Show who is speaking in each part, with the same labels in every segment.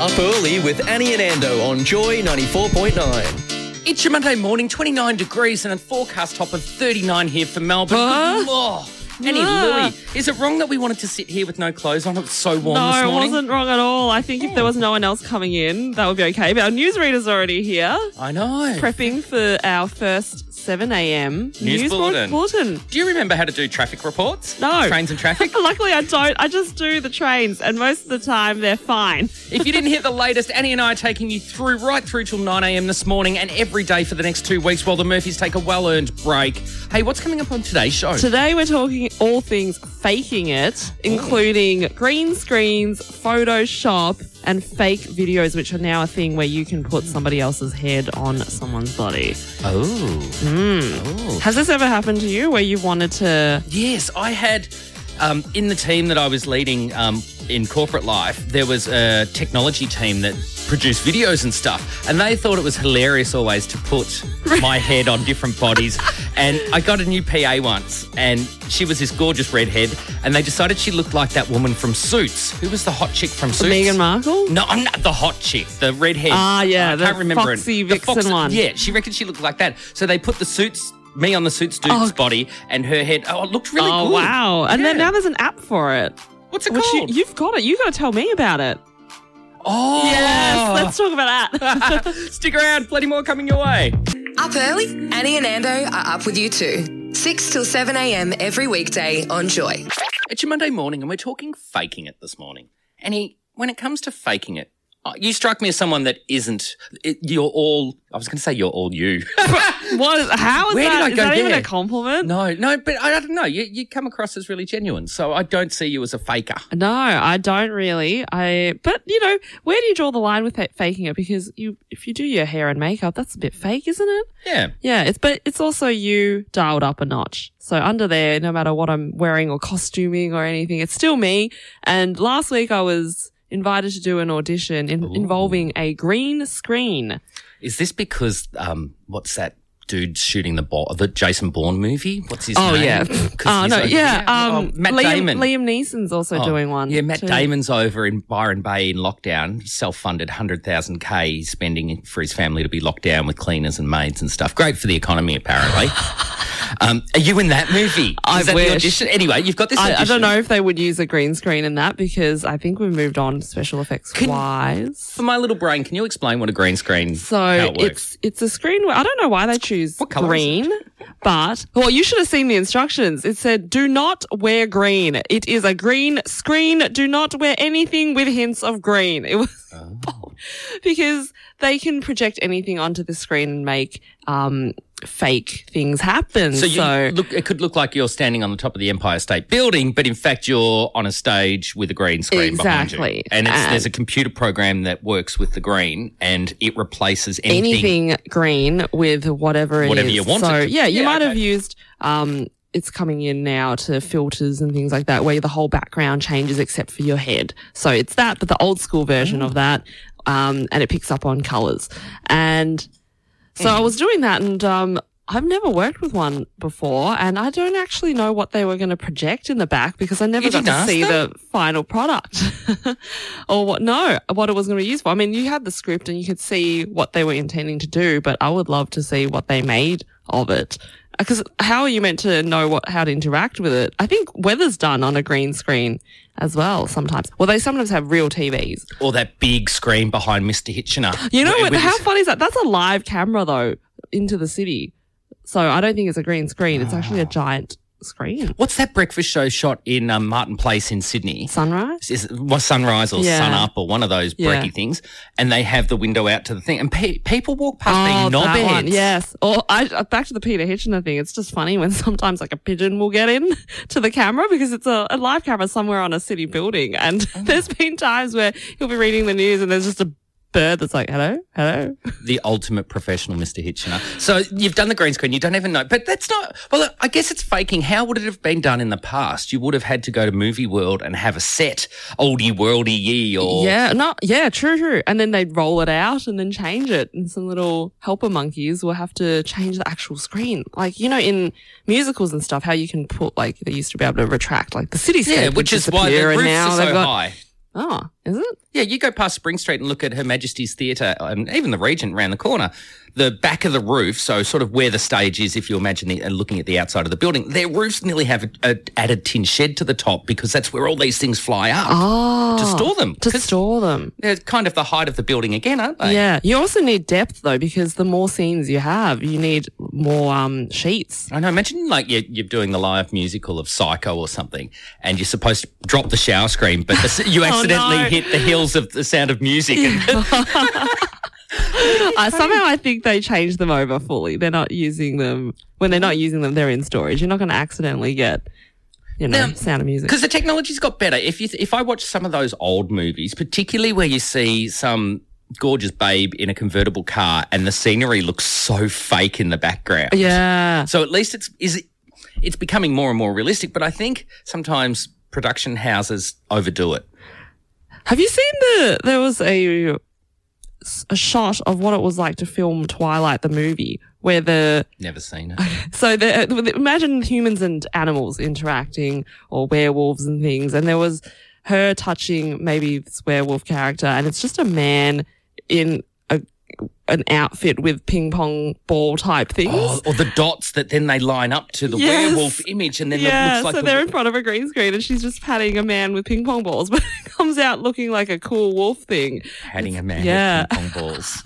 Speaker 1: Up early with Annie and Ando on Joy 94.9.
Speaker 2: It's your Monday morning, 29 degrees and a forecast top of 39 here for Melbourne. Good lord. Annie
Speaker 3: Ah.
Speaker 2: Louie, is it wrong that we wanted to sit here with no clothes on? It was so warm this
Speaker 3: No, it
Speaker 2: morning.
Speaker 3: wasn't wrong at all. I think if there was no one else coming in, that would be okay. But our newsreader's already here,
Speaker 2: I know.
Speaker 3: prepping for our first 7 a.m. News,
Speaker 2: bulletin.
Speaker 3: bulletin.
Speaker 2: Do you remember how to do traffic reports?
Speaker 3: No.
Speaker 2: Trains and traffic?
Speaker 3: Luckily, I don't. I just do the trains, and most of the time they're fine.
Speaker 2: if you didn't hear the latest, Annie and I are taking you through right through till 9 a.m. this morning and every day for the next two weeks while the Murphys take a well earned break. Hey, what's coming up on today's show?
Speaker 3: Today, we're talking all things faking it, including green screens, Photoshop, and fake videos, which are now a thing where you can put somebody else's head on someone's body.
Speaker 2: oh.
Speaker 3: Hmm. Has this ever happened to you where you wanted to
Speaker 2: Yes, I had um, in the team that I was leading um, in corporate life, there was a technology team that produced videos and stuff, and they thought it was hilarious always to put my head on different bodies. And I got a new PA once, and she was this gorgeous redhead, and they decided she looked like that woman from Suits. Who was the hot chick from Suits?
Speaker 3: Meghan Markle?
Speaker 2: No, I'm not the hot chick, the redhead.
Speaker 3: Ah, yeah,
Speaker 2: I
Speaker 3: the
Speaker 2: can't remember
Speaker 3: foxy
Speaker 2: it.
Speaker 3: vixen one.
Speaker 2: Yeah, she reckoned she looked like that. So they put the suits, me on the suits dude's
Speaker 3: Oh.
Speaker 2: body, and her head. Oh, it looked really
Speaker 3: oh
Speaker 2: good.
Speaker 3: wow! And then
Speaker 2: Yeah.
Speaker 3: now there's an app for it.
Speaker 2: What's it
Speaker 3: Which you,
Speaker 2: called?
Speaker 3: you've got it. You've got to tell me about it.
Speaker 2: oh,
Speaker 3: Let's talk about that.
Speaker 2: Stick around, plenty more coming your way.
Speaker 4: Up early, Annie and Ando are up with you too. 6 till 7 a.m. every weekday on Joy.
Speaker 2: It's your Monday morning, and we're talking faking it this morning. And he, when it comes to faking it, uh, you strike me as someone that isn't. It, you're all. I was going to say you're all you.
Speaker 3: what? is- How is
Speaker 2: Where did
Speaker 3: that?
Speaker 2: I
Speaker 3: is
Speaker 2: go
Speaker 3: that even
Speaker 2: there?
Speaker 3: a compliment?
Speaker 2: no, no, but I, I don't know. You, you come across as really genuine, so I don't see you as a faker.
Speaker 3: No, I don't really. I, but you know, where do you draw the line with it, faking it? Because you, if you do your hair and makeup, that's a bit fake, isn't it?
Speaker 2: Yeah.
Speaker 3: Yeah, it's but it's also you dialed up a notch. So under there, no matter what I'm wearing or costuming or anything, it's still me. And last week I was invited to do an audition in, involving a green screen.
Speaker 2: Is this because um, what's that dude shooting the ball? The Jason Bourne movie? What's his
Speaker 3: Oh
Speaker 2: name?
Speaker 3: yeah.
Speaker 2: 'Cause
Speaker 3: Oh
Speaker 2: he's
Speaker 3: no,
Speaker 2: over-
Speaker 3: yeah. Um,
Speaker 2: oh, Matt
Speaker 3: Liam,
Speaker 2: Damon.
Speaker 3: Liam Neeson's also
Speaker 2: Oh,
Speaker 3: doing one.
Speaker 2: Yeah, Matt
Speaker 3: too.
Speaker 2: Damon's over in Byron Bay in lockdown. Self-funded 100,000k he's spending for his family to be locked down with cleaners and maids and stuff. Great for the economy, apparently. um, are you in that movie?
Speaker 3: I
Speaker 2: Is that
Speaker 3: wish.
Speaker 2: The audition? Anyway, you've got this.
Speaker 3: I, I
Speaker 2: audition.
Speaker 3: don't know if they would use a green screen in that because I think we've moved on special effects
Speaker 2: Can-
Speaker 3: wise.
Speaker 2: For my little brain, can you explain what a green screen? how
Speaker 3: So
Speaker 2: it works?
Speaker 3: it's it's a screen where I don't know why they choose
Speaker 2: What colour is it?
Speaker 3: green, but well, you should have seen the instructions. It said, "Do not wear green. It is a green screen. Do not wear anything with hints of green." It was
Speaker 2: Oh.
Speaker 3: bold. because they can project anything onto the screen and make um, fake things happen.
Speaker 2: So,
Speaker 3: So,
Speaker 2: you, look, it could look like you're standing on the top of the Empire State Building, but in fact, you're on a stage with a green screen behind you.
Speaker 3: Exactly. Uh,
Speaker 2: And, it's,
Speaker 3: And-
Speaker 2: there's a computer program that works with the green, and it replaces anything.
Speaker 3: anything green with whatever it is.
Speaker 2: Whatever you want
Speaker 3: So
Speaker 2: it to-
Speaker 3: yeah, you
Speaker 2: Yeah,
Speaker 3: might
Speaker 2: okay.
Speaker 3: have used. Um, it's coming in now to filters and things like that, where the whole background changes except for your head. So it's that, but the old school version
Speaker 2: Oh.
Speaker 3: of that, um, and it picks up on colors. And so I was doing that, and um, I've never worked with one before, and I don't actually know what they were going to project in the back because I never
Speaker 2: You
Speaker 3: got
Speaker 2: didn't
Speaker 3: to
Speaker 2: ask
Speaker 3: see
Speaker 2: them?
Speaker 3: the the final product or what no what it was going to be used for i mean you had the script and you could see what they were intending to do but i would love to see what they made of it because how are you meant to know what how to interact with it i think weather's done on a green screen as well sometimes well they sometimes have real tvs
Speaker 2: Or that big screen behind Mr. Hitchener.
Speaker 3: you know
Speaker 2: With-
Speaker 3: what
Speaker 2: with
Speaker 3: how
Speaker 2: his-
Speaker 3: funny is that that's a live camera though into the city so i don't think it's a green screen it's actually a giant screen
Speaker 2: What's that breakfast show shot in um, Martin Place in Sydney?
Speaker 3: sunrise
Speaker 2: Is it- was sunrise or
Speaker 3: Yeah.
Speaker 2: sun up or one of those
Speaker 3: Yeah.
Speaker 2: breaky things, and they have the window out to the thing, and pe- people walk past being
Speaker 3: Oh, that one,
Speaker 2: knobheads.
Speaker 3: Yes. Or I, uh, back to the Peter Hitchener thing. It's just funny when sometimes like a pigeon will get in to the camera because it's a, a live camera somewhere on a city building. And there's been times where you'll be reading the news and there's just a bird that's like, hello, hello.
Speaker 2: the ultimate professional, Mr. Hitchener. So you've done the green screen, you don't even know. But that's not, well, I guess it's faking. How would it have been done in the past? You would have had to go to Movie World and have a set, oldie worldy ye, or.
Speaker 3: Yeah, no, yeah, true, true. And then they'd roll it out and then change it. And some little helper monkeys will have to change the actual screen. Like, you know, in musicals and stuff, how you can put, like, they used to be able to retract, like, the cityscape.
Speaker 2: Yeah,
Speaker 3: would
Speaker 2: which is why the
Speaker 3: disappear, and
Speaker 2: roofs
Speaker 3: now
Speaker 2: are
Speaker 3: they've
Speaker 2: so
Speaker 3: got-
Speaker 2: high.
Speaker 3: Oh, is it?
Speaker 2: Yeah, you go past Spring Street and look at Her Majesty's Theatre, and even the Regent round the corner. The back of the roof, so sort of where the stage is, if you imagine the, and looking at the outside of the building, their roofs nearly have a, a added tin shed to the top because that's where all these things fly up
Speaker 3: Oh.
Speaker 2: to store them.
Speaker 3: To
Speaker 2: 'Cause
Speaker 3: store them.
Speaker 2: They're kind of the height of the building again, aren't they?
Speaker 3: Yeah. You also need depth, though, because the more scenes you have, you need more um, sheets.
Speaker 2: I know. Imagine like you're, you're doing the live musical of Psycho or something, and you're supposed to drop the shower screen, but the, you accidentally
Speaker 3: Oh, no.
Speaker 2: hit the heels of the sound of music. And,
Speaker 3: I, somehow I think they changed them over fully. They're not using them. When they're not using them, they're in storage. You're not going to accidentally get, you know,
Speaker 2: Now-
Speaker 3: sound of music.
Speaker 2: Because the technology's got better. If you if I watch some of those old movies, particularly where you see some gorgeous babe in a convertible car and the scenery looks so fake in the background.
Speaker 3: Yeah.
Speaker 2: So at least it's is it, it's becoming more and more realistic. But I think sometimes production houses overdo it.
Speaker 3: Have you seen the? There was a a shot of what it was like to film Twilight the movie, where the
Speaker 2: Never seen it.
Speaker 3: so the, imagine humans and animals interacting or werewolves and things, and there was her touching maybe this werewolf character, and it's just a man in a an outfit with ping pong ball type things.
Speaker 2: Oh, or the dots that then they line up to the
Speaker 3: Yes.
Speaker 2: werewolf image, and then it
Speaker 3: Yeah,
Speaker 2: looks like
Speaker 3: so
Speaker 2: the-
Speaker 3: they're in front of a green screen and she's just patting a man with ping pong balls, but it comes out looking like a cool wolf thing.
Speaker 2: patting a man
Speaker 3: Yeah.
Speaker 2: with ping pong balls.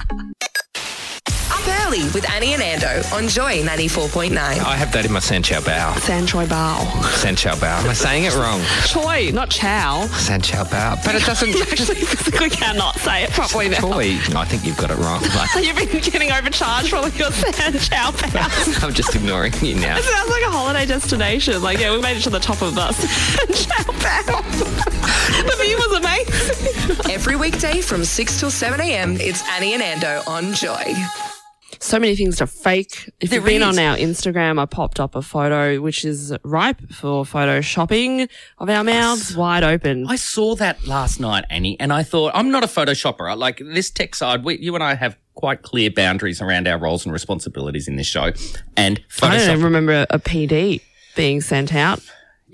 Speaker 4: Up early with Annie and Ando on Joy 94.9.
Speaker 5: I have that in my San Chao Bao.
Speaker 3: San Choi Bao.
Speaker 5: San Chao Bao. Am I saying it wrong?
Speaker 3: Choi, not Chow.
Speaker 5: San Chao Bao. But it doesn't.
Speaker 3: Actually, physically cannot say it properly now.
Speaker 5: Boy, I think you've got it wrong.
Speaker 3: So you've been getting overcharged for all your San Chow Bao.
Speaker 5: I'm just ignoring you now.
Speaker 3: It sounds like a holiday destination. Like, yeah, we made it to the top of us. San Chao Bao. the view was amazing.
Speaker 4: Every weekday from 6 till 7 a.m., it's Annie and Ando on Joy.
Speaker 3: so many things to fake. If you've been on our Instagram, I popped up a photo which is ripe for photo shopping of our mouths wide open.
Speaker 2: I saw that last night, Annie, and I thought I'm not a photoshopper. I- Like this tech side, we, you and I have quite clear boundaries around our roles and responsibilities in this show. And
Speaker 3: I don't
Speaker 2: Photoshop,
Speaker 3: remember a, a PD being sent out.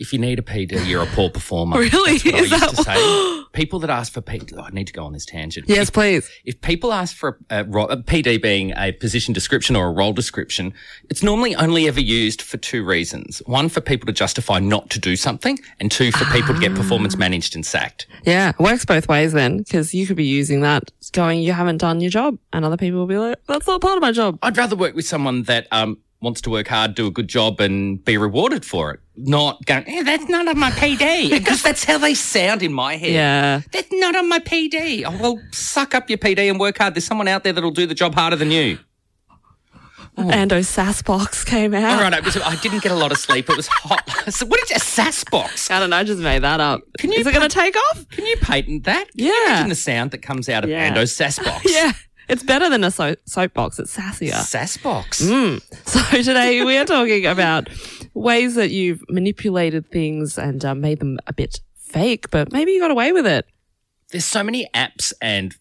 Speaker 2: if you need a PD, you're a poor performer.
Speaker 3: Really?
Speaker 2: That's what I
Speaker 3: Is
Speaker 2: used
Speaker 3: that
Speaker 2: to say. People that ask for PD, oh, I need to go on this tangent.
Speaker 3: Yes, please.
Speaker 2: if people ask for a, a, ro- a PD being a position description or a role description, it's normally only ever used for two reasons. One, for people to justify not to do something, and two, for people to get performance managed and sacked.
Speaker 3: Yeah, it works both ways then, because you could be using that going, you haven't done your job. And other people will be like, that's not part of my job.
Speaker 2: I'd rather work with someone that um, wants to work hard, do a good job, and be rewarded for it, not going, eh, that's not on my PD, because that's how they sound in my head.
Speaker 3: Yeah.
Speaker 2: That's not on my PD. Oh, well, suck up your PD and work hard. There's someone out there that'll do the job harder than you.
Speaker 3: Ando Sass box came out.
Speaker 2: Oh. All right, I, was- I didn't get a lot of sleep. It was hot. So what is a sass box?
Speaker 3: I don't know, I just made that up.
Speaker 2: Can you
Speaker 3: is it going to take off?
Speaker 2: Can you patent that? Can you
Speaker 3: Yeah.
Speaker 2: imagine the sound that comes out of
Speaker 3: Yeah.
Speaker 2: Ando's sass box.
Speaker 3: Yeah. It's better than a so- soapbox. It's sassier.
Speaker 2: Sass box.
Speaker 3: Mm. So today we are talking about ways that you've manipulated things and uh, made them a bit fake, but maybe you got away with it.
Speaker 2: There's so many apps and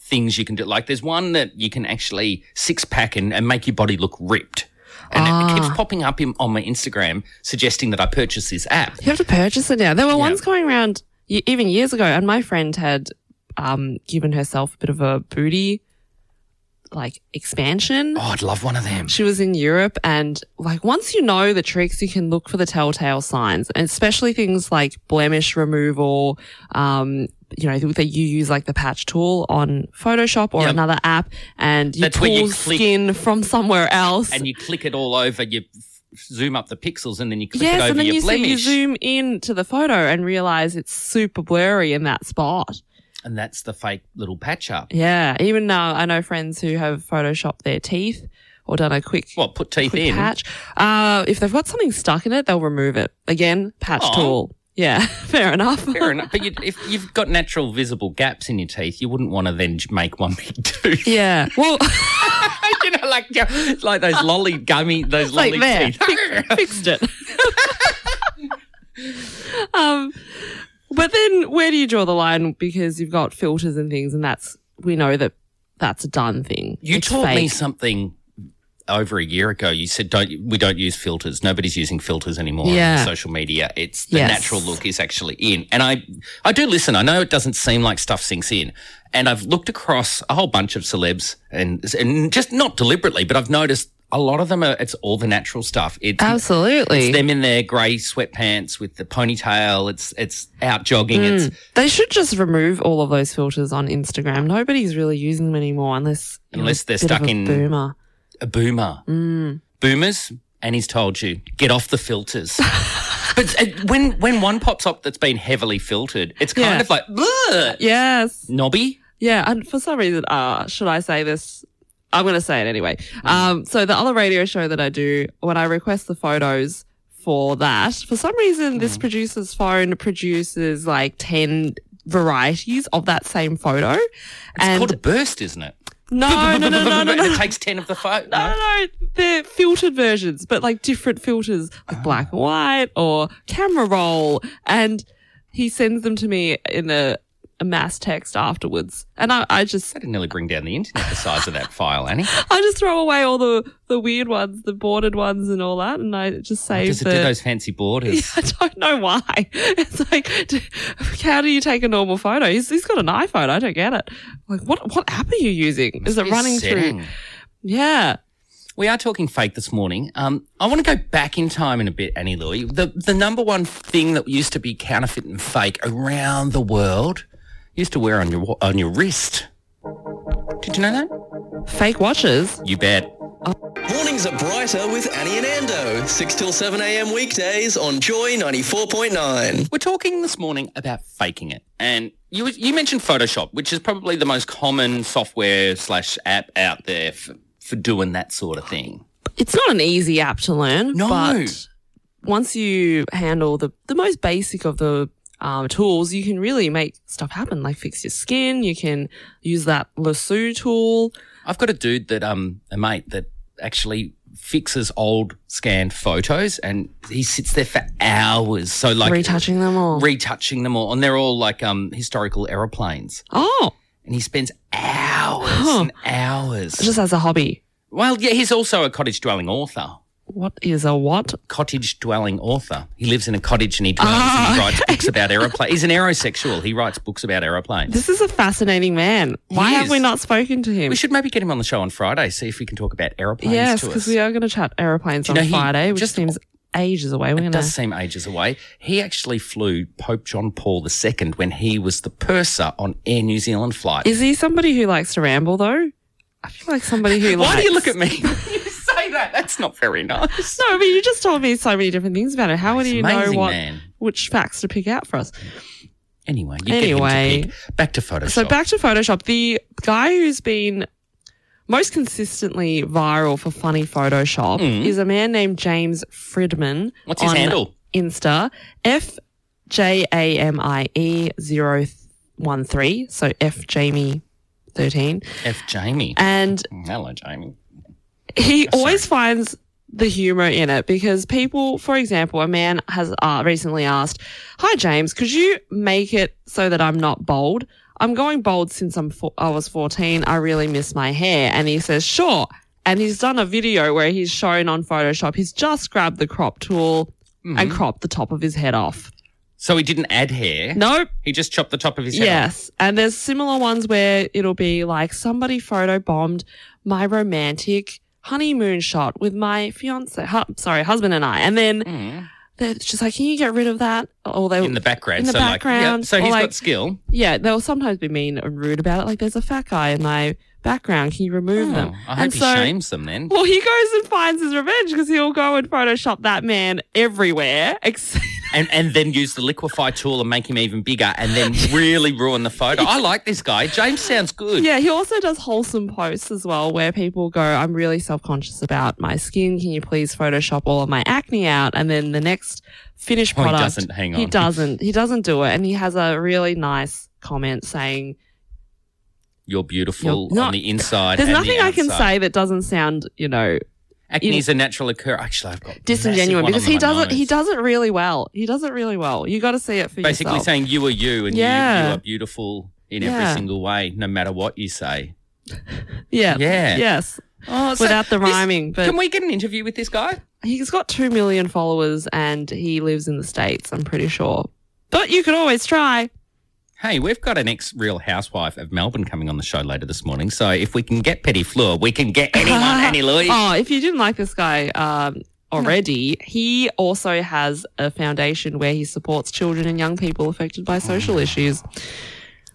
Speaker 2: things you can do. Like there's one that you can actually six pack and, and make your body look ripped. And it
Speaker 3: Ah.
Speaker 2: keeps popping up in, on my Instagram suggesting that I purchase this app.
Speaker 3: You have to purchase it now. There were ones going around y- even years ago, and my friend had um, given herself a bit of a booty like expansion.
Speaker 2: Oh, I'd love one of them.
Speaker 3: She was in Europe, and like once you know the tricks, you can look for the telltale signs, and especially things like blemish removal. Um, you know that you use like the patch tool on Photoshop or
Speaker 2: Yep.
Speaker 3: another app, and you
Speaker 2: That's where
Speaker 3: pull
Speaker 2: you click-
Speaker 3: skin from somewhere else.
Speaker 2: And you click it all over, you f- zoom up the pixels and then you click it
Speaker 3: yes,
Speaker 2: over
Speaker 3: and then
Speaker 2: your
Speaker 3: you, see, you
Speaker 2: blemish.
Speaker 3: zoom in to the photo and realize it's super blurry in that spot.
Speaker 2: and that's the fake little patch up.
Speaker 3: Yeah, even now I know friends who have photoshopped their teeth or done a quick
Speaker 2: What, put teeth
Speaker 3: quick
Speaker 2: in?
Speaker 3: patch. Uh, if they've got something stuck in it, they'll remove it. Again, patch
Speaker 2: Aw.
Speaker 3: tool. Yeah, fair enough.
Speaker 2: Fair enough. But you'd, if you've got natural visible gaps in your teeth, you wouldn't want to then j- make one big tooth.
Speaker 3: Yeah. Well,
Speaker 2: you know, like it's like those lolly gummy, those lolly
Speaker 3: like there,
Speaker 2: teeth.
Speaker 3: Fi- fixed it. um, but then where do you draw the line? Because you've got filters and things, and that's we know that that's a done thing.
Speaker 2: you
Speaker 3: It's
Speaker 2: taught me
Speaker 3: fake.
Speaker 2: something over a year ago. You said don't we don't use filters. Nobody's using filters anymore
Speaker 3: Yeah.
Speaker 2: on social media. It's the
Speaker 3: Yes.
Speaker 2: natural look is actually in. And I I do listen. I know it doesn't seem like stuff sinks in. And I've looked across a whole bunch of celebs and and just not deliberately, but I've noticed a lot of them are it's all the natural stuff. It's
Speaker 3: Oh, Absolutely.
Speaker 2: It's them in their grey sweatpants with the ponytail. It's it's out jogging. It's
Speaker 3: They should just remove all of those filters on Instagram. Nobody's really using them anymore unless you're
Speaker 2: Unless
Speaker 3: a
Speaker 2: they're
Speaker 3: bit of
Speaker 2: stuck
Speaker 3: a
Speaker 2: in-
Speaker 3: boomer.
Speaker 2: a boomer.
Speaker 3: Mm.
Speaker 2: Boomers, and he's told you get off the filters. but uh, when when one pops up that's been heavily filtered, it's kind
Speaker 3: Yeah.
Speaker 2: of like "Bleh,
Speaker 3: Yes.
Speaker 2: knobby.
Speaker 3: Yeah, and for some reason, uh, should I say this? I'm going to say it anyway.
Speaker 2: Mm.
Speaker 3: Um, so the other radio show that I do, when I request the photos for that, for some reason,
Speaker 2: Mm.
Speaker 3: this producer's phone produces like ten varieties of that same photo.
Speaker 2: It's
Speaker 3: and Oh,
Speaker 2: called a burst, isn't it?
Speaker 3: no, no, no, no, no, no.
Speaker 2: And it takes ten of the photo.
Speaker 3: No, no, no. They're filtered versions, but like different filters,
Speaker 2: Ah.
Speaker 3: like black and white or camera roll. And he sends them to me in a, a mass text afterwards. And I, I just,
Speaker 2: That'd nearly bring down the internet. The size of that file, Annie.
Speaker 3: I just throw away all the, the weird ones, the bordered ones and all that. And I just save
Speaker 2: Does it do
Speaker 3: the.
Speaker 2: those fancy borders?
Speaker 3: I don't know why. It's like, d- how do you take a normal photo? He's, he's got an iPhone. I don't get it. Like, what what app are you using? Is it
Speaker 2: His
Speaker 3: running
Speaker 2: setting.
Speaker 3: through? Yeah.
Speaker 2: We are talking fake this morning. Um, I want to go back in time in a bit, Annie Louie. The the number one thing that used to be counterfeit and fake around the world you used to wear on your wa- on your wrist. Did you know that?
Speaker 3: Fake watches.
Speaker 2: You bet.
Speaker 1: Mornings are brighter with Annie and Ando. 6 till 7 a.m. weekdays on Joy 94.9.
Speaker 2: We're talking this morning about faking it, and you you mentioned Photoshop, which is probably the most common software slash app out there for, for doing that sort of thing.
Speaker 3: it's not an easy app to learn.
Speaker 2: No.
Speaker 3: But once you handle the, the most basic of the um, tools, you can really make stuff happen, like fix your skin. You can use that lasso tool.
Speaker 2: I've got a dude that um a mate that actually fixes old scanned photos and he sits there for hours. So like
Speaker 3: retouching them all.
Speaker 2: retouching them all, and they're all like um historical aeroplanes.
Speaker 3: oh,
Speaker 2: And he spends hours and hours.
Speaker 3: just as a hobby.
Speaker 2: well, yeah, he's also a cottage dwelling author.
Speaker 3: What is a what?
Speaker 2: Cottage dwelling author. He lives in a cottage and he dwells and he
Speaker 3: Ah.
Speaker 2: writes books about aeroplanes. He's an aerosexual. He writes books about aeroplanes.
Speaker 3: This is a fascinating man. Why
Speaker 2: He
Speaker 3: have we
Speaker 2: is.
Speaker 3: not spoken to him?
Speaker 2: We should maybe get him on the show on Friday, see if we can talk about aeroplanes
Speaker 3: yes,
Speaker 2: to us.
Speaker 3: because we are going to chat airplanes
Speaker 2: Do
Speaker 3: on
Speaker 2: you know, he
Speaker 3: Friday, which
Speaker 2: just-
Speaker 3: seems ages away.
Speaker 2: It
Speaker 3: We're going
Speaker 2: does
Speaker 3: to.
Speaker 2: seem ages away. He actually flew Pope John Paul II when he was the purser on Air New Zealand flight.
Speaker 3: Is he somebody who likes to ramble though? I feel like somebody who.
Speaker 2: Why do you
Speaker 3: likes-
Speaker 2: look at me when you say that? That's not very nice.
Speaker 3: No, but you just told me so many different things about it. How
Speaker 2: He's
Speaker 3: do
Speaker 2: an
Speaker 3: you know
Speaker 2: amazing
Speaker 3: what
Speaker 2: man.
Speaker 3: which facts to pick out for us?
Speaker 2: Anyway, you
Speaker 3: Anyway.
Speaker 2: get him to pick. Back to Photoshop.
Speaker 3: So back to Photoshop. The guy who's been most consistently viral for funny Photoshop is a man named James Fridman.
Speaker 2: Hmm. What's his
Speaker 3: on
Speaker 2: handle?
Speaker 3: Insta F J A M I E 013. So F Jamie 13.
Speaker 2: F. Jamie.
Speaker 3: And
Speaker 2: Hello, Jamie.
Speaker 3: he always finds the humor in it because people, for example, a man has uh, recently asked, "Hi James, could you make it so that I'm not bald? I'm going bald since I'm four- I was 14. I really miss my hair." And he says, "Sure." And he's done a video where he's shown on Photoshop. He's just grabbed the crop tool and cropped the top of his head off.
Speaker 2: So he didn't add hair.
Speaker 3: Nope.
Speaker 2: He just chopped the top of his head off.
Speaker 3: Yes. And there's similar ones where it'll be like somebody photo bombed my romantic honeymoon shot with my fiance, hu- sorry, husband and I. And then they're just like, can you get rid of that? Or they
Speaker 2: Mm. In the background.
Speaker 3: In the
Speaker 2: so Like, yeah,
Speaker 3: background,
Speaker 2: so
Speaker 3: or
Speaker 2: he's
Speaker 3: like-
Speaker 2: got skill.
Speaker 3: yeah, they'll sometimes be mean and rude about it. Like there's a fat guy in my background. Can you remove
Speaker 2: Oh, I
Speaker 3: them?
Speaker 2: hope
Speaker 3: and
Speaker 2: he
Speaker 3: so,
Speaker 2: shames them then.
Speaker 3: well, he goes and finds his revenge because he'll go and Photoshop that man everywhere, except
Speaker 2: and, and then use the liquefy tool and make him even bigger and then really ruin the photo. I like this guy. James sounds good.
Speaker 3: Yeah, he also does wholesome posts as well, where people go, I'm really self conscious about my skin. Can you please Photoshop all of my acne out? And then the next finished
Speaker 2: Oh, he
Speaker 3: product.
Speaker 2: doesn't, hang
Speaker 3: He
Speaker 2: on.
Speaker 3: doesn't. He doesn't do it. And he has a really nice comment saying,
Speaker 2: You're beautiful
Speaker 3: You're not-
Speaker 2: on the inside.
Speaker 3: There's
Speaker 2: and the
Speaker 3: nothing I can
Speaker 2: outside.
Speaker 3: say that doesn't sound, you know,
Speaker 2: Acne is a natural occur. Actually, I've got massive
Speaker 3: disingenuous
Speaker 2: one
Speaker 3: because
Speaker 2: on
Speaker 3: he
Speaker 2: my
Speaker 3: does it. He
Speaker 2: nose.
Speaker 3: does it really well. He does it really well. You got to see it for
Speaker 2: Basically
Speaker 3: yourself.
Speaker 2: saying you are you and you,
Speaker 3: Yeah.
Speaker 2: you are beautiful in
Speaker 3: Yeah.
Speaker 2: every single way, no matter what you say.
Speaker 3: yeah,
Speaker 2: Yeah.
Speaker 3: yes,
Speaker 2: Oh,
Speaker 3: without the rhyming. but
Speaker 2: can we get an interview with this guy?
Speaker 3: He's got 2 million followers and he lives in the States, I'm pretty sure. But you could always try.
Speaker 2: Hey, we've got an ex Real Housewife of Melbourne coming on the show later this morning. So if we can get Petty Fleur, we can get anyone, Annie Louise.
Speaker 3: Oh, if you didn't like this guy um, already, he also has a foundation where he supports children and young people affected by social
Speaker 2: Oh.
Speaker 3: issues.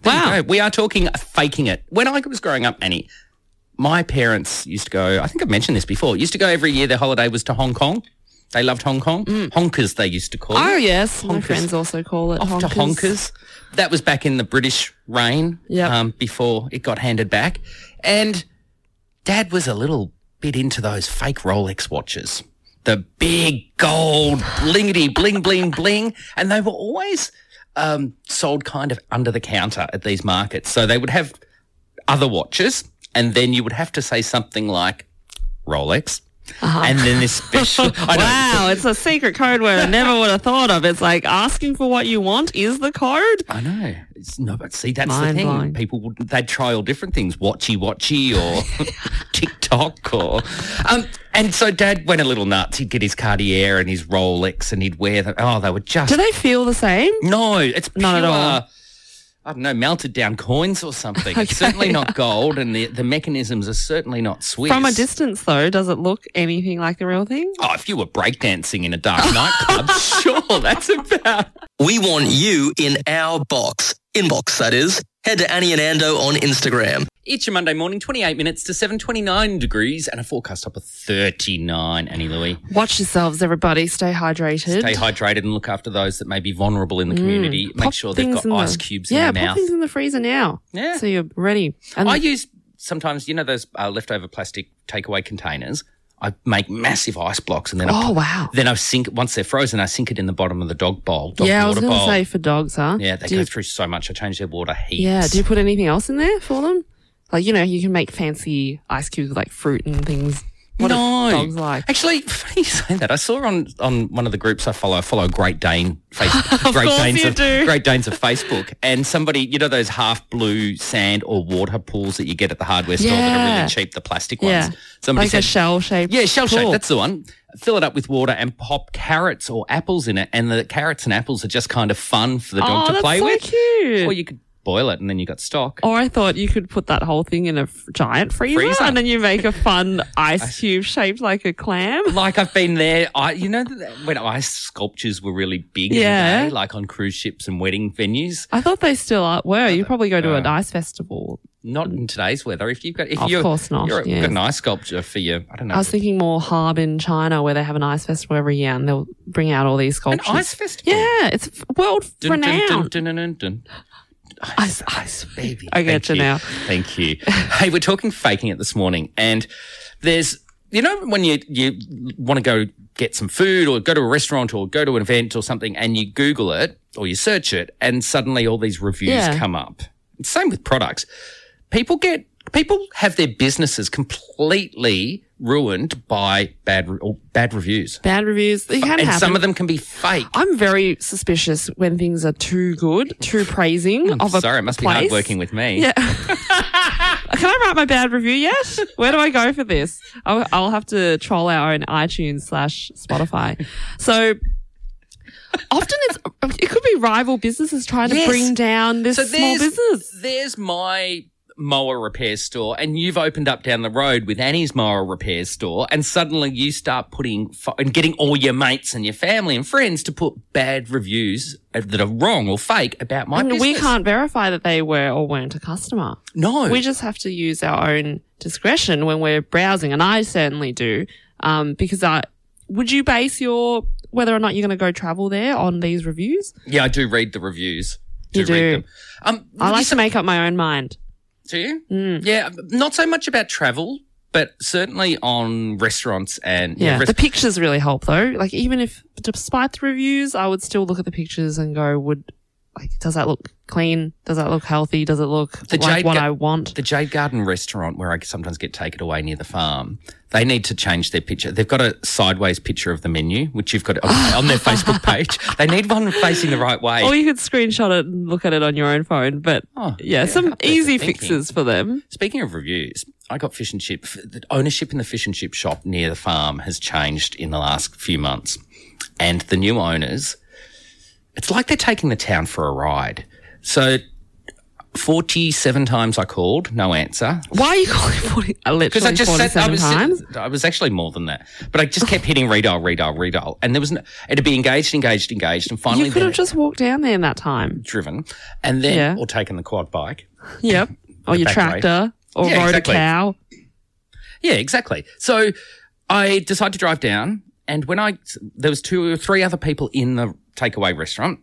Speaker 3: Wow.
Speaker 2: No, we are talking faking it. When I was growing up, Annie, my parents used to go, I think I've mentioned this before, used to go every year. Their holiday was to Hong Kong. They loved Hong Kong. Honkers, they used to call it.
Speaker 3: Mm. Oh, yes. My
Speaker 2: Honkers.
Speaker 3: friends also call it
Speaker 2: off to honkers. That was back in the British reign,
Speaker 3: Yep.
Speaker 2: um, before it got handed back. And Dad was a little bit into those fake Rolex watches, the big gold blingity bling bling bling, and they were always um, sold kind of under the counter at these markets. So they would have other watches, and then you would have to say something like Rolex. And then this special. I know,
Speaker 3: Wow, it's a secret code word I never would have thought of. It's like asking for what you want is the code.
Speaker 2: I know. It's, no, but see, that's the
Speaker 3: Mind
Speaker 2: thing.
Speaker 3: blowing.
Speaker 2: People would they'd try all different things, watchy watchy or TikTok or, um, and so Dad went a little nuts. He'd get his Cartier and his Rolex, and he'd wear them. Oh, they were just
Speaker 3: Do they feel the same?
Speaker 2: no. It's pure,
Speaker 3: Not at all.
Speaker 2: I don't know, melted down coins or something. It's certainly not gold, and the the mechanisms are certainly not Swiss.
Speaker 3: From a distance, though, does it look anything like the real thing?
Speaker 2: Oh, if you were breakdancing in a dark nightclub, sure, that's about
Speaker 1: We want you in our box. Inbox, that is. Head to Annie and Ando on Instagram.
Speaker 2: It's your Monday morning, 28 minutes to 729 degrees and a forecast up of 39, Annie Louie.
Speaker 3: Watch yourselves, everybody. Stay hydrated.
Speaker 2: Stay hydrated and look after those that may be vulnerable in the community. Make
Speaker 3: Mm. Pop
Speaker 2: sure they've
Speaker 3: things
Speaker 2: got
Speaker 3: in the-
Speaker 2: ice cubes
Speaker 3: yeah,
Speaker 2: in their
Speaker 3: pop
Speaker 2: mouth.
Speaker 3: things in the freezer now.
Speaker 2: Yeah.
Speaker 3: So you're ready. And
Speaker 2: I use sometimes, you know, those uh, leftover plastic takeaway containers. I make massive ice blocks and then I,
Speaker 3: oh, wow.
Speaker 2: then I sink once they're frozen. I sink it in the bottom of the dog bowl, dog
Speaker 3: yeah, I was
Speaker 2: water
Speaker 3: going to
Speaker 2: bowl.
Speaker 3: say for dogs, huh?
Speaker 2: yeah, they
Speaker 3: do
Speaker 2: go
Speaker 3: you,
Speaker 2: through so much. I change their water heaps.
Speaker 3: Yeah. Do you put anything else in there for them? Like, you know, you can make fancy ice cubes with, like fruit and things. What do
Speaker 2: No.
Speaker 3: dogs like?
Speaker 2: Actually, funny you say that. I saw on on one of the groups I follow. I follow Great Dane Facebook. Great
Speaker 3: course
Speaker 2: Danes
Speaker 3: you
Speaker 2: of,
Speaker 3: do.
Speaker 2: Great Danes of Facebook, and somebody, you know, those half blue sand or water pools that you get at the hardware store that are
Speaker 3: Yeah.
Speaker 2: really cheap, the plastic
Speaker 3: Yeah.
Speaker 2: ones. Somebody
Speaker 3: Like a
Speaker 2: said,
Speaker 3: shell shaped.
Speaker 2: yeah, shell shape. That's the one. Fill it up with water and pop carrots or apples in it, and the carrots and apples are just kind of fun for the dog
Speaker 3: oh,
Speaker 2: to
Speaker 3: that's
Speaker 2: play
Speaker 3: so
Speaker 2: with.
Speaker 3: cute.
Speaker 2: Or you could boil it, and then you got stock.
Speaker 3: Or I thought you could put that whole thing in a f- giant freezer,
Speaker 2: Freezer.
Speaker 3: and then you make a fun ice cube shaped like a clam.
Speaker 2: like I've been there. I, you know, th- when ice sculptures were really big, yeah,
Speaker 3: Yeah.
Speaker 2: in the day, like on cruise ships and wedding venues.
Speaker 3: I thought they still are, were. You probably go to an ice festival.
Speaker 2: Not in today's weather. If you've got, if
Speaker 3: Of
Speaker 2: you're,
Speaker 3: course not,
Speaker 2: You're,
Speaker 3: yes.
Speaker 2: Got an ice sculpture for your, I don't know,
Speaker 3: I was thinking more Harbin, China, where they have an ice festival every year, and they'll bring out all these
Speaker 2: an
Speaker 3: sculptures.
Speaker 2: ice festival.
Speaker 3: Yeah, it's f- world
Speaker 2: Dun, dun,
Speaker 3: renowned.
Speaker 2: dun, dun, dun, dun, dun.
Speaker 3: Ice, ice,
Speaker 2: baby.
Speaker 3: I get
Speaker 2: Thank
Speaker 3: you now.
Speaker 2: Thank you. hey, we're talking faking it this morning, and there's you know when you you want to go get some food or go to a restaurant or go to an event or something, and you Google it or you search it, and suddenly all these reviews
Speaker 3: Yeah.
Speaker 2: come up. Same with products. People get people have their businesses completely ruined by bad re- or bad reviews.
Speaker 3: Bad reviews. It can
Speaker 2: and
Speaker 3: happen.
Speaker 2: some of them can be fake.
Speaker 3: I'm very suspicious when things are too good, too praising of a
Speaker 2: Sorry, it must
Speaker 3: place.
Speaker 2: be hard working with me.
Speaker 3: Yeah. Can I write my bad review yet? Where do I go for this? I'll, I'll have to troll our own iTunes slash Spotify. So often it's it could be rival businesses trying to
Speaker 2: Yes.
Speaker 3: bring down this small business.
Speaker 2: There's my mower repair store, and you've opened up down the road with Annie's mower repair store, and suddenly you start putting fo- and getting all your mates and your family and friends to put bad reviews uh, that are wrong or fake about my
Speaker 3: And
Speaker 2: business.
Speaker 3: we can't verify that they were or weren't a customer.
Speaker 2: No,
Speaker 3: We just have to use our own discretion when we're browsing, and I certainly do, um, because I would you base your whether or not you're going to go travel there on these reviews?
Speaker 2: Yeah, I do read the reviews.
Speaker 3: You do.
Speaker 2: Read them. Um,
Speaker 3: I
Speaker 2: would
Speaker 3: like
Speaker 2: you
Speaker 3: to make up my own mind.
Speaker 2: Do you?
Speaker 3: Mm.
Speaker 2: Yeah, not so much about travel, but certainly on restaurants and
Speaker 3: Yeah.
Speaker 2: res-
Speaker 3: the pictures really help though. Like even if despite the reviews, I would still look at the pictures and go, would like does that look clean? Does that look healthy? Does it look
Speaker 2: The
Speaker 3: like
Speaker 2: Jade
Speaker 3: what
Speaker 2: Ga-
Speaker 3: I want?
Speaker 2: the Jade Garden restaurant where I sometimes get taken away near the farm. They need to change their picture. They've got a sideways picture of the menu, which you've got on, on their Facebook page. They need one facing the right way.
Speaker 3: Or you could screenshot it and look at it on your own phone. But
Speaker 2: Oh,
Speaker 3: yeah,
Speaker 2: yeah,
Speaker 3: some
Speaker 2: that's
Speaker 3: easy
Speaker 2: the thinking.
Speaker 3: fixes for them.
Speaker 2: Speaking of reviews, I got fish and chip. The ownership in the fish and chip shop near the farm has changed in the last few months. And the new owners, it's like they're taking the town for a ride. So 47 times I called, no answer.
Speaker 3: Why are you calling 40, uh,
Speaker 2: Because I
Speaker 3: literally
Speaker 2: just said I
Speaker 3: 47
Speaker 2: was,
Speaker 3: times?
Speaker 2: I was actually more than that, but I just kept hitting redial, redial, redial, and there was no, it'd be engaged, engaged, engaged, and finally
Speaker 3: You could
Speaker 2: then
Speaker 3: have just walked down there in that time.
Speaker 2: it driven, and then
Speaker 3: Yeah.
Speaker 2: or taken the quad bike.
Speaker 3: Yep. Or your
Speaker 2: back way.
Speaker 3: tractor. Or
Speaker 2: Yeah,
Speaker 3: rode
Speaker 2: exactly.
Speaker 3: a cow.
Speaker 2: Yeah, exactly. So I decided to drive down, and when I there was two or three other people in the takeaway restaurant,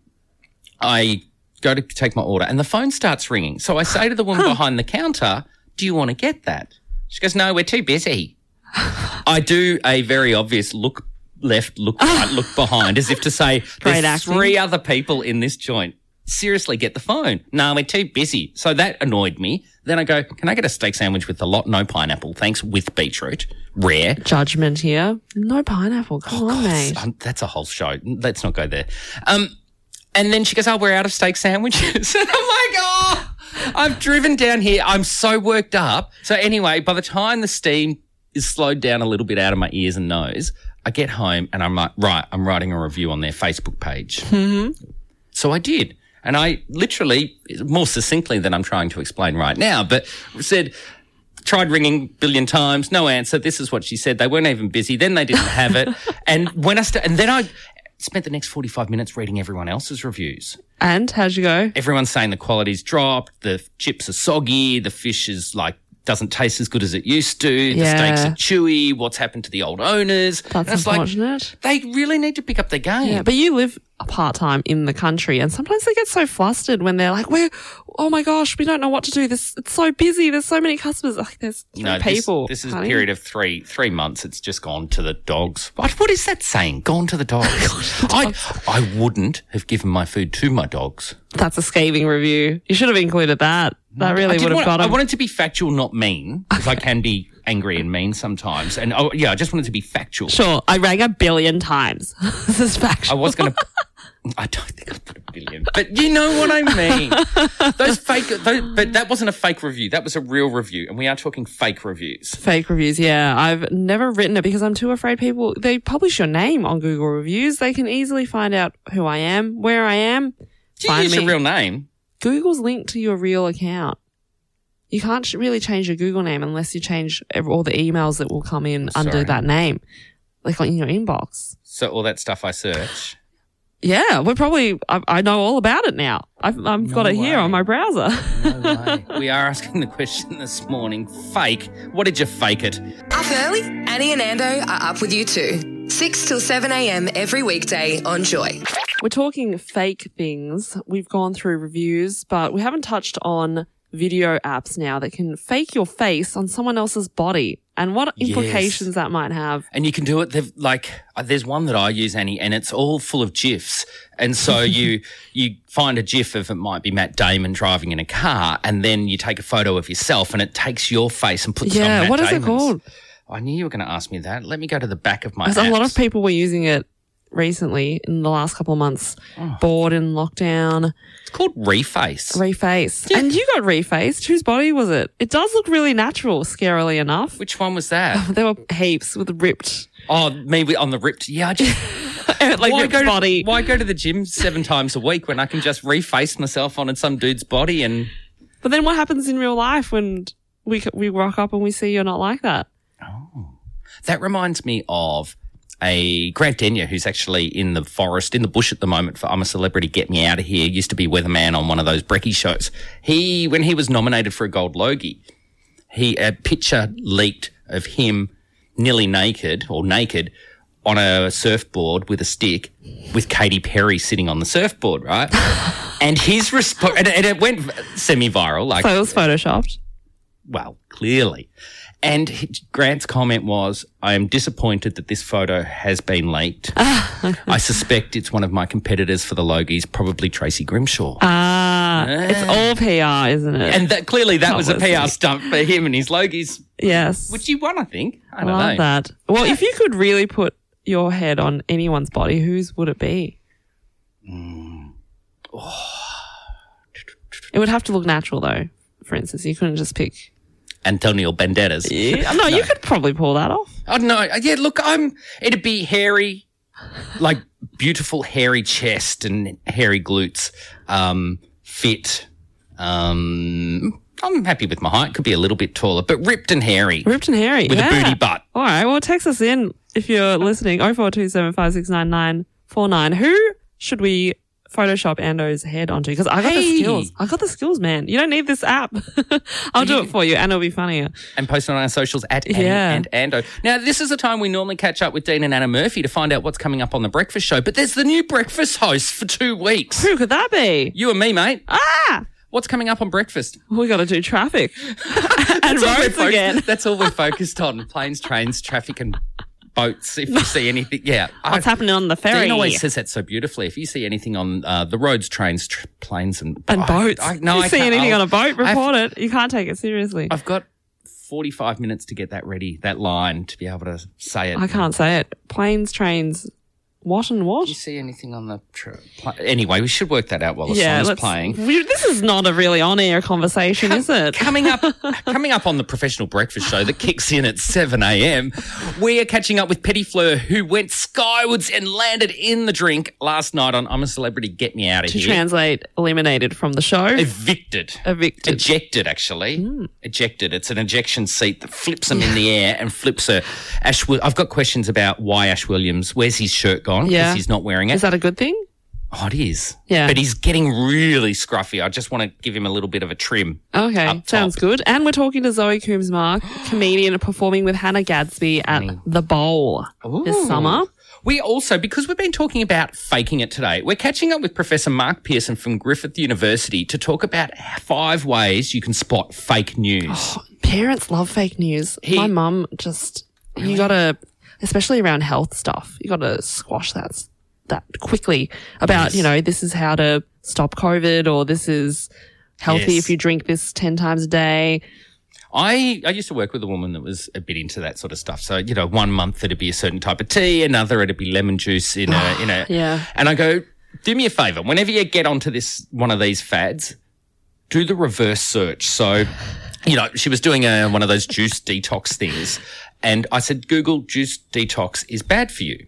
Speaker 2: I go to take my order, and the phone starts ringing. So I say to the woman behind the counter, "Do you want to get that?" She goes, "No, we're too busy." I do a very obvious look left, look right, look behind, as if to say,
Speaker 3: Great
Speaker 2: "There's
Speaker 3: acting.
Speaker 2: three other people in this joint." Seriously, get the phone. No, we're too busy. So that annoyed me. Then I go, can I get a steak sandwich with the lot? No pineapple, thanks, with beetroot. Rare.
Speaker 3: Judgment here. No pineapple. Come on, mate.
Speaker 2: Um, that's a whole show. Let's not go there. Um, and then she goes, "Oh, we're out of steak sandwiches." and I'm like, "Oh, I've driven down here. I'm so worked up." So anyway, by the time the steam is slowed down a little bit out of my ears and nose, I get home and I'm like, "Right, I'm writing a review on their Facebook page." So I did. And I literally, more succinctly than I'm trying to explain right now, but said, tried ringing a billion times, no answer. This is what she said. They weren't even busy. Then they didn't have it. and when I st- and then I spent the next 45 minutes reading everyone else's reviews.
Speaker 3: And how'd you go?
Speaker 2: Everyone's saying the quality's dropped, the chips are soggy, the fish is like, doesn't taste as good as it used to, the steaks
Speaker 3: Yeah.
Speaker 2: are chewy, what's happened to the old owners.
Speaker 3: That's
Speaker 2: and it's like, Hmm.
Speaker 3: unfortunate.
Speaker 2: they really need to pick up their game.
Speaker 3: yeah, but you live part time in the country, and sometimes they get so flustered when they're like, "We're, oh my gosh, we don't know what to do. This it's so busy. There's so many customers. Like there's three
Speaker 2: No, this-
Speaker 3: people.
Speaker 2: This, is a
Speaker 3: honey."
Speaker 2: period of three three months. It's just gone to the dogs. What what is that saying? Gone to the dogs. I I wouldn't have given my food to my dogs.
Speaker 3: That's a scathing review. You should have included that. That
Speaker 2: Hmm. I
Speaker 3: really
Speaker 2: did
Speaker 3: would have
Speaker 2: want-
Speaker 3: got
Speaker 2: I
Speaker 3: them.
Speaker 2: wanted to be factual, not mean, because I can be angry and mean sometimes. And oh yeah, I just wanted to be factual.
Speaker 3: Sure, I rang a billion times. this is
Speaker 2: I
Speaker 3: factual.
Speaker 2: was going to. I don't think I put a billion, but you know what I mean. Those fake, those, but that wasn't a fake review. That was a real review, and we are talking fake reviews.
Speaker 3: Fake reviews, yeah. I've never written it because I'm too afraid people they publish your name on Google reviews. They can easily find out who I am, where I am.
Speaker 2: Do you
Speaker 3: Find
Speaker 2: use your
Speaker 3: me.
Speaker 2: real name?
Speaker 3: Google's linked to your real account. You can't sh- really change your Google name unless you change ev- all the emails that will come in under
Speaker 2: Sorry.
Speaker 3: that name, like in your inbox.
Speaker 2: So all that stuff I search.
Speaker 3: Yeah, we're probably, I, I know all about it now. I've, I've got it here
Speaker 2: way.
Speaker 3: on my browser.
Speaker 2: we are asking the question this morning fake. What did you fake it?
Speaker 4: Up early? Annie and Ando are up with you too. 6 till 7 a.m. every weekday on Joy.
Speaker 3: We're talking fake things. We've gone through reviews, but we haven't touched on video apps now that can fake your face on someone else's body and what
Speaker 2: Yes.
Speaker 3: implications that might have.
Speaker 2: And you can do it. They've, like, uh, there's one that I use, Annie, and it's all full of gifs. And so you you find a gif of it might be Matt Damon driving in a car, and then you take a photo of yourself, and it takes your face and puts it on
Speaker 3: yeah,
Speaker 2: Matt
Speaker 3: what is it
Speaker 2: Damon's.
Speaker 3: called?
Speaker 2: I knew you were going to ask me that. Let me go to the back of my.
Speaker 3: Because a lot of
Speaker 2: Uh, apps.
Speaker 3: people were using it recently in the last couple of months,
Speaker 2: Oh.
Speaker 3: bored in lockdown,
Speaker 2: It's called reface,
Speaker 3: reface. And you got refaced. Whose body was it? It does look really natural, scarily enough.
Speaker 2: Which one was that?
Speaker 3: There were heaps with ripped,
Speaker 2: oh, me with- on the ripped. Yeah, I just.
Speaker 3: like ripped
Speaker 2: go to,
Speaker 3: body.
Speaker 2: Why go to the gym seven times a week when I can just reface myself on some dude's body and
Speaker 3: But then what happens in real life when we c- we rock up and we see you're not like that?
Speaker 2: That reminds me of a Grant Denyer who's actually in the forest, in the bush at the moment for I'm a Celebrity, Get Me Out of Here, used to be weatherman on one of those brekkie shows. He, when he was nominated for a Gold Logie, he, a picture leaked of him nearly naked or naked on a surfboard with a stick with Katy Perry sitting on the surfboard, right? and his response, and, and it went semi viral. Like,
Speaker 3: So it was photoshopped.
Speaker 2: well, clearly. And he- Grant's comment was, I am disappointed that this photo has been leaked.
Speaker 3: Ah.
Speaker 2: I suspect it's one of my competitors for the Logies, probably Tracy Grimshaw.
Speaker 3: Ah, it's
Speaker 2: Um,
Speaker 3: all PR, isn't it?
Speaker 2: and that clearly that was a
Speaker 3: Obviously.
Speaker 2: PR stunt for him and his Logies,
Speaker 3: yes.
Speaker 2: which you won, I think. I
Speaker 3: I
Speaker 2: don't
Speaker 3: love
Speaker 2: know.
Speaker 3: that. Well, if you could really put your head on anyone's body, whose would it be?
Speaker 2: Hmm.
Speaker 3: It would have to look natural, though. For instance, you couldn't just pick.
Speaker 2: Antonio Banderas.
Speaker 3: Yeah. No, you could probably pull that off.
Speaker 2: I don't know. Yeah, look, I'm. It'd be hairy, like beautiful hairy chest and hairy glutes, um, fit. Um, I'm happy with my height. Could be a little bit taller, but ripped and hairy
Speaker 3: Ripped and hairy.
Speaker 2: with
Speaker 3: yeah.
Speaker 2: a booty butt.
Speaker 3: All right. Well, text us in if you're listening. 0427569949. Who should we Photoshop Ando's head onto? Because I got
Speaker 2: Hey.
Speaker 3: the skills. I got the skills, man. You don't need this app. I'll do it for you, and it'll be funnier.
Speaker 2: and post it on our socials at Annie
Speaker 3: Yeah.
Speaker 2: and Ando. Now, this is the time we normally catch up with Dean and Anna Murphy to find out what's coming up on the breakfast show. But there's the new breakfast host for two weeks.
Speaker 3: Who could that be?
Speaker 2: You and me, mate.
Speaker 3: Ah.
Speaker 2: What's coming up on breakfast?
Speaker 3: We got to do traffic and
Speaker 2: all we're
Speaker 3: roads
Speaker 2: focused-
Speaker 3: again.
Speaker 2: That's all we're focused on: planes, trains, traffic, and boats. If you see anything, yeah.
Speaker 3: What's
Speaker 2: I-
Speaker 3: happening on the ferry?
Speaker 2: Dean always says that so beautifully. If you see anything on uh, the roads, trains, tr- planes, and,
Speaker 3: and
Speaker 2: I-
Speaker 3: boats.
Speaker 2: I, no,
Speaker 3: if you
Speaker 2: I
Speaker 3: see
Speaker 2: can't-
Speaker 3: anything
Speaker 2: I'll-
Speaker 3: on a boat,
Speaker 2: I've-
Speaker 3: report it. You can't take it seriously. I've,
Speaker 2: I've got forty-five minutes to get that ready, that line, to be able to say it.
Speaker 3: I can not say it. Planes, trains, what and what?
Speaker 2: you see anything on the tr- pla- anyway we should work that out while the
Speaker 3: Yeah,
Speaker 2: song's
Speaker 3: let's-
Speaker 2: playing
Speaker 3: we- this is not a really on-air conversation, is it?
Speaker 2: coming up coming up on the professional breakfast show that kicks in at 7am we are catching up with petty fleur who went skywards and landed in the drink last night on i'm a celebrity get me out of
Speaker 3: to
Speaker 2: here
Speaker 3: translate, eliminated from the show,
Speaker 2: evicted
Speaker 3: evicted. Hmm.
Speaker 2: Ejected, actually. Ejected. It's an ejection seat that flips them in the air and flips her. Ash, Wi- I've got questions about why Ash Williams. Where's his shirt gone? Because
Speaker 3: Yeah.
Speaker 2: he's not wearing it.
Speaker 3: Is that a good thing?
Speaker 2: Oh, it is.
Speaker 3: Yeah.
Speaker 2: But he's getting really scruffy. I just want to give him a little bit of a trim.
Speaker 3: Okay,
Speaker 2: Up
Speaker 3: sounds
Speaker 2: top.
Speaker 3: good. And we're talking to Zoe Coombs Mark, comedian performing with Hannah Gadsby at the Bowl this summer.
Speaker 2: We also, because we've been talking about faking it today, we're catching up with Professor Mark Pearson from Griffith University to talk about five ways you can spot fake news.
Speaker 3: Parents love fake news.
Speaker 2: He-
Speaker 3: My mum just you gotta, especially around health stuff, you gotta squash that s- that quickly. About you know this is how to stop COVID or this is healthy
Speaker 2: Yes.
Speaker 3: if you drink this ten times a day.
Speaker 2: I, I used to work with a woman that was a bit into that sort of stuff. So, you know, one month it'd be a certain type of tea, another it'd be lemon juice in a, in a,
Speaker 3: Yeah.
Speaker 2: and I go, do me a favor. Whenever you get onto this, one of these fads, do the reverse search. So, you know, she was doing a, one of those juice detox things. And I said, Google juice detox is bad for you.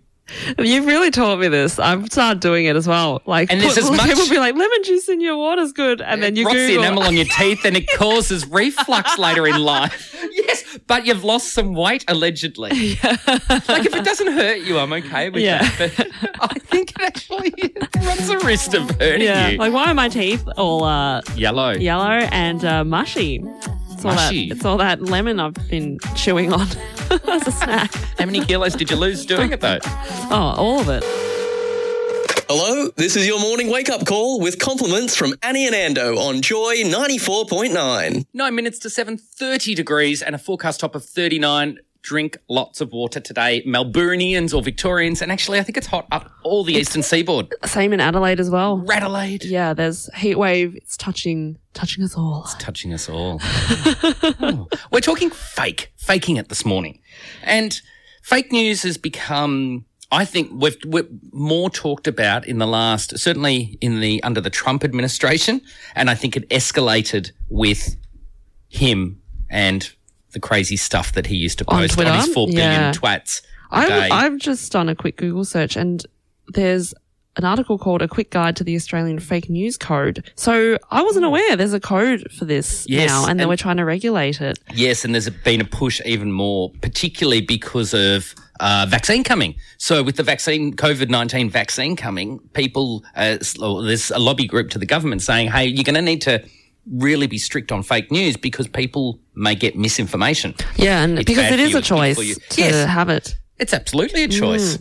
Speaker 3: You've really taught me this. I've started doing it as well. Like
Speaker 2: And there's
Speaker 3: put-
Speaker 2: as much-
Speaker 3: people be like lemon juice in your water's good, and then you
Speaker 2: rots the
Speaker 3: Google.
Speaker 2: enamel on your teeth and it causes reflux later in life. Yes, but you've lost some weight allegedly. Like if it doesn't hurt you, I'm okay with
Speaker 3: Yeah.
Speaker 2: that. But I think it actually runs the risk of hurting
Speaker 3: yeah,
Speaker 2: you.
Speaker 3: like why are my teeth all uh,
Speaker 2: Yellow.
Speaker 3: yellow and uh, mushy? It's all
Speaker 2: Mushy.
Speaker 3: that. It's all that lemon I've been chewing on as a snack.
Speaker 2: How many kilos did you lose doing it though?
Speaker 3: Oh, all of it.
Speaker 1: Hello, this is your morning wake up call with compliments from Annie and Ando on Joy 94.9.
Speaker 2: Nine minutes to seven, 30 degrees, and a forecast top of 39. Drink lots of water today, Melbournians or Victorians. And actually, I think it's hot up all the eastern seaboard.
Speaker 3: Same in Adelaide as well.
Speaker 2: Radelaide.
Speaker 3: Yeah, there's heat wave. It's touching, touching us all.
Speaker 2: touching us all. Oh. We're talking fake, faking it this morning. And fake news has become, I think, we've, we're more talked about in the last, certainly in the under the Trump administration. And I think it escalated with him and the crazy stuff that he used to
Speaker 3: On
Speaker 2: post on,
Speaker 3: Twitter?
Speaker 2: his 4 billion
Speaker 3: Yeah.
Speaker 2: twats. a day.
Speaker 3: I've, I've just done a quick Google search, and there's an article called "A Quick Guide to the Australian Fake News Code." So I wasn't aware there's a code for this
Speaker 2: Yes,
Speaker 3: now, and, then
Speaker 2: and-
Speaker 3: we're trying to regulate it.
Speaker 2: Yes, and there's been a push even more, particularly because of uh, vaccine coming. So with the vaccine, COVID nineteen vaccine coming, people uh, s- well, there's a lobby group to the government saying, "Hey, you're going to need to really be strict on fake news because people may get misinformation."
Speaker 3: Yeah, and
Speaker 2: It's
Speaker 3: because
Speaker 2: bad
Speaker 3: it
Speaker 2: for
Speaker 3: is
Speaker 2: you,
Speaker 3: a
Speaker 2: it's good for
Speaker 3: choice
Speaker 2: you.
Speaker 3: to
Speaker 2: Yes.
Speaker 3: have it.
Speaker 2: It's absolutely a
Speaker 3: Mm.
Speaker 2: choice.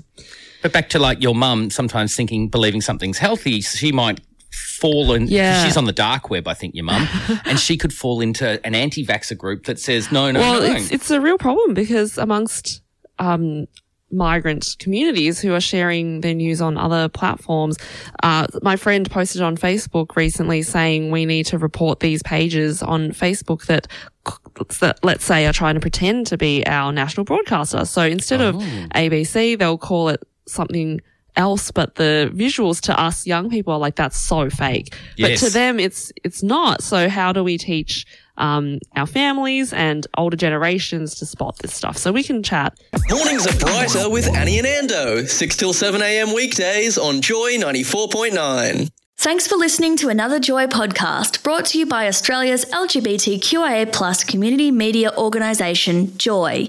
Speaker 2: But back to like your mum sometimes thinking, believing something's healthy, she might fall in.
Speaker 3: Yeah.
Speaker 2: She's on the dark web, I think, your mum. and she could fall into an anti vaxxer group that says, no, no,
Speaker 3: Well,
Speaker 2: no.
Speaker 3: it's it's a real problem because amongst um, migrant communities who are sharing their news on other platforms, uh, my friend posted on Facebook recently saying we need to report these pages on Facebook that. c- That let's say are trying to pretend to be our national broadcaster. So instead of ABC, they'll call it something else. But the visuals to us young people are like that's so fake. But to
Speaker 2: Yes.
Speaker 3: them, it's it's not. So how do we teach um, our families and older generations to spot this stuff? So we can chat.
Speaker 1: Mornings are brighter with Annie and Ando, 6 till 7 a.m. weekdays on Joy 94.9.
Speaker 6: Thanks for listening to another Joy podcast brought to you by Australia's LGBTQIA plus community media organisation, Joy.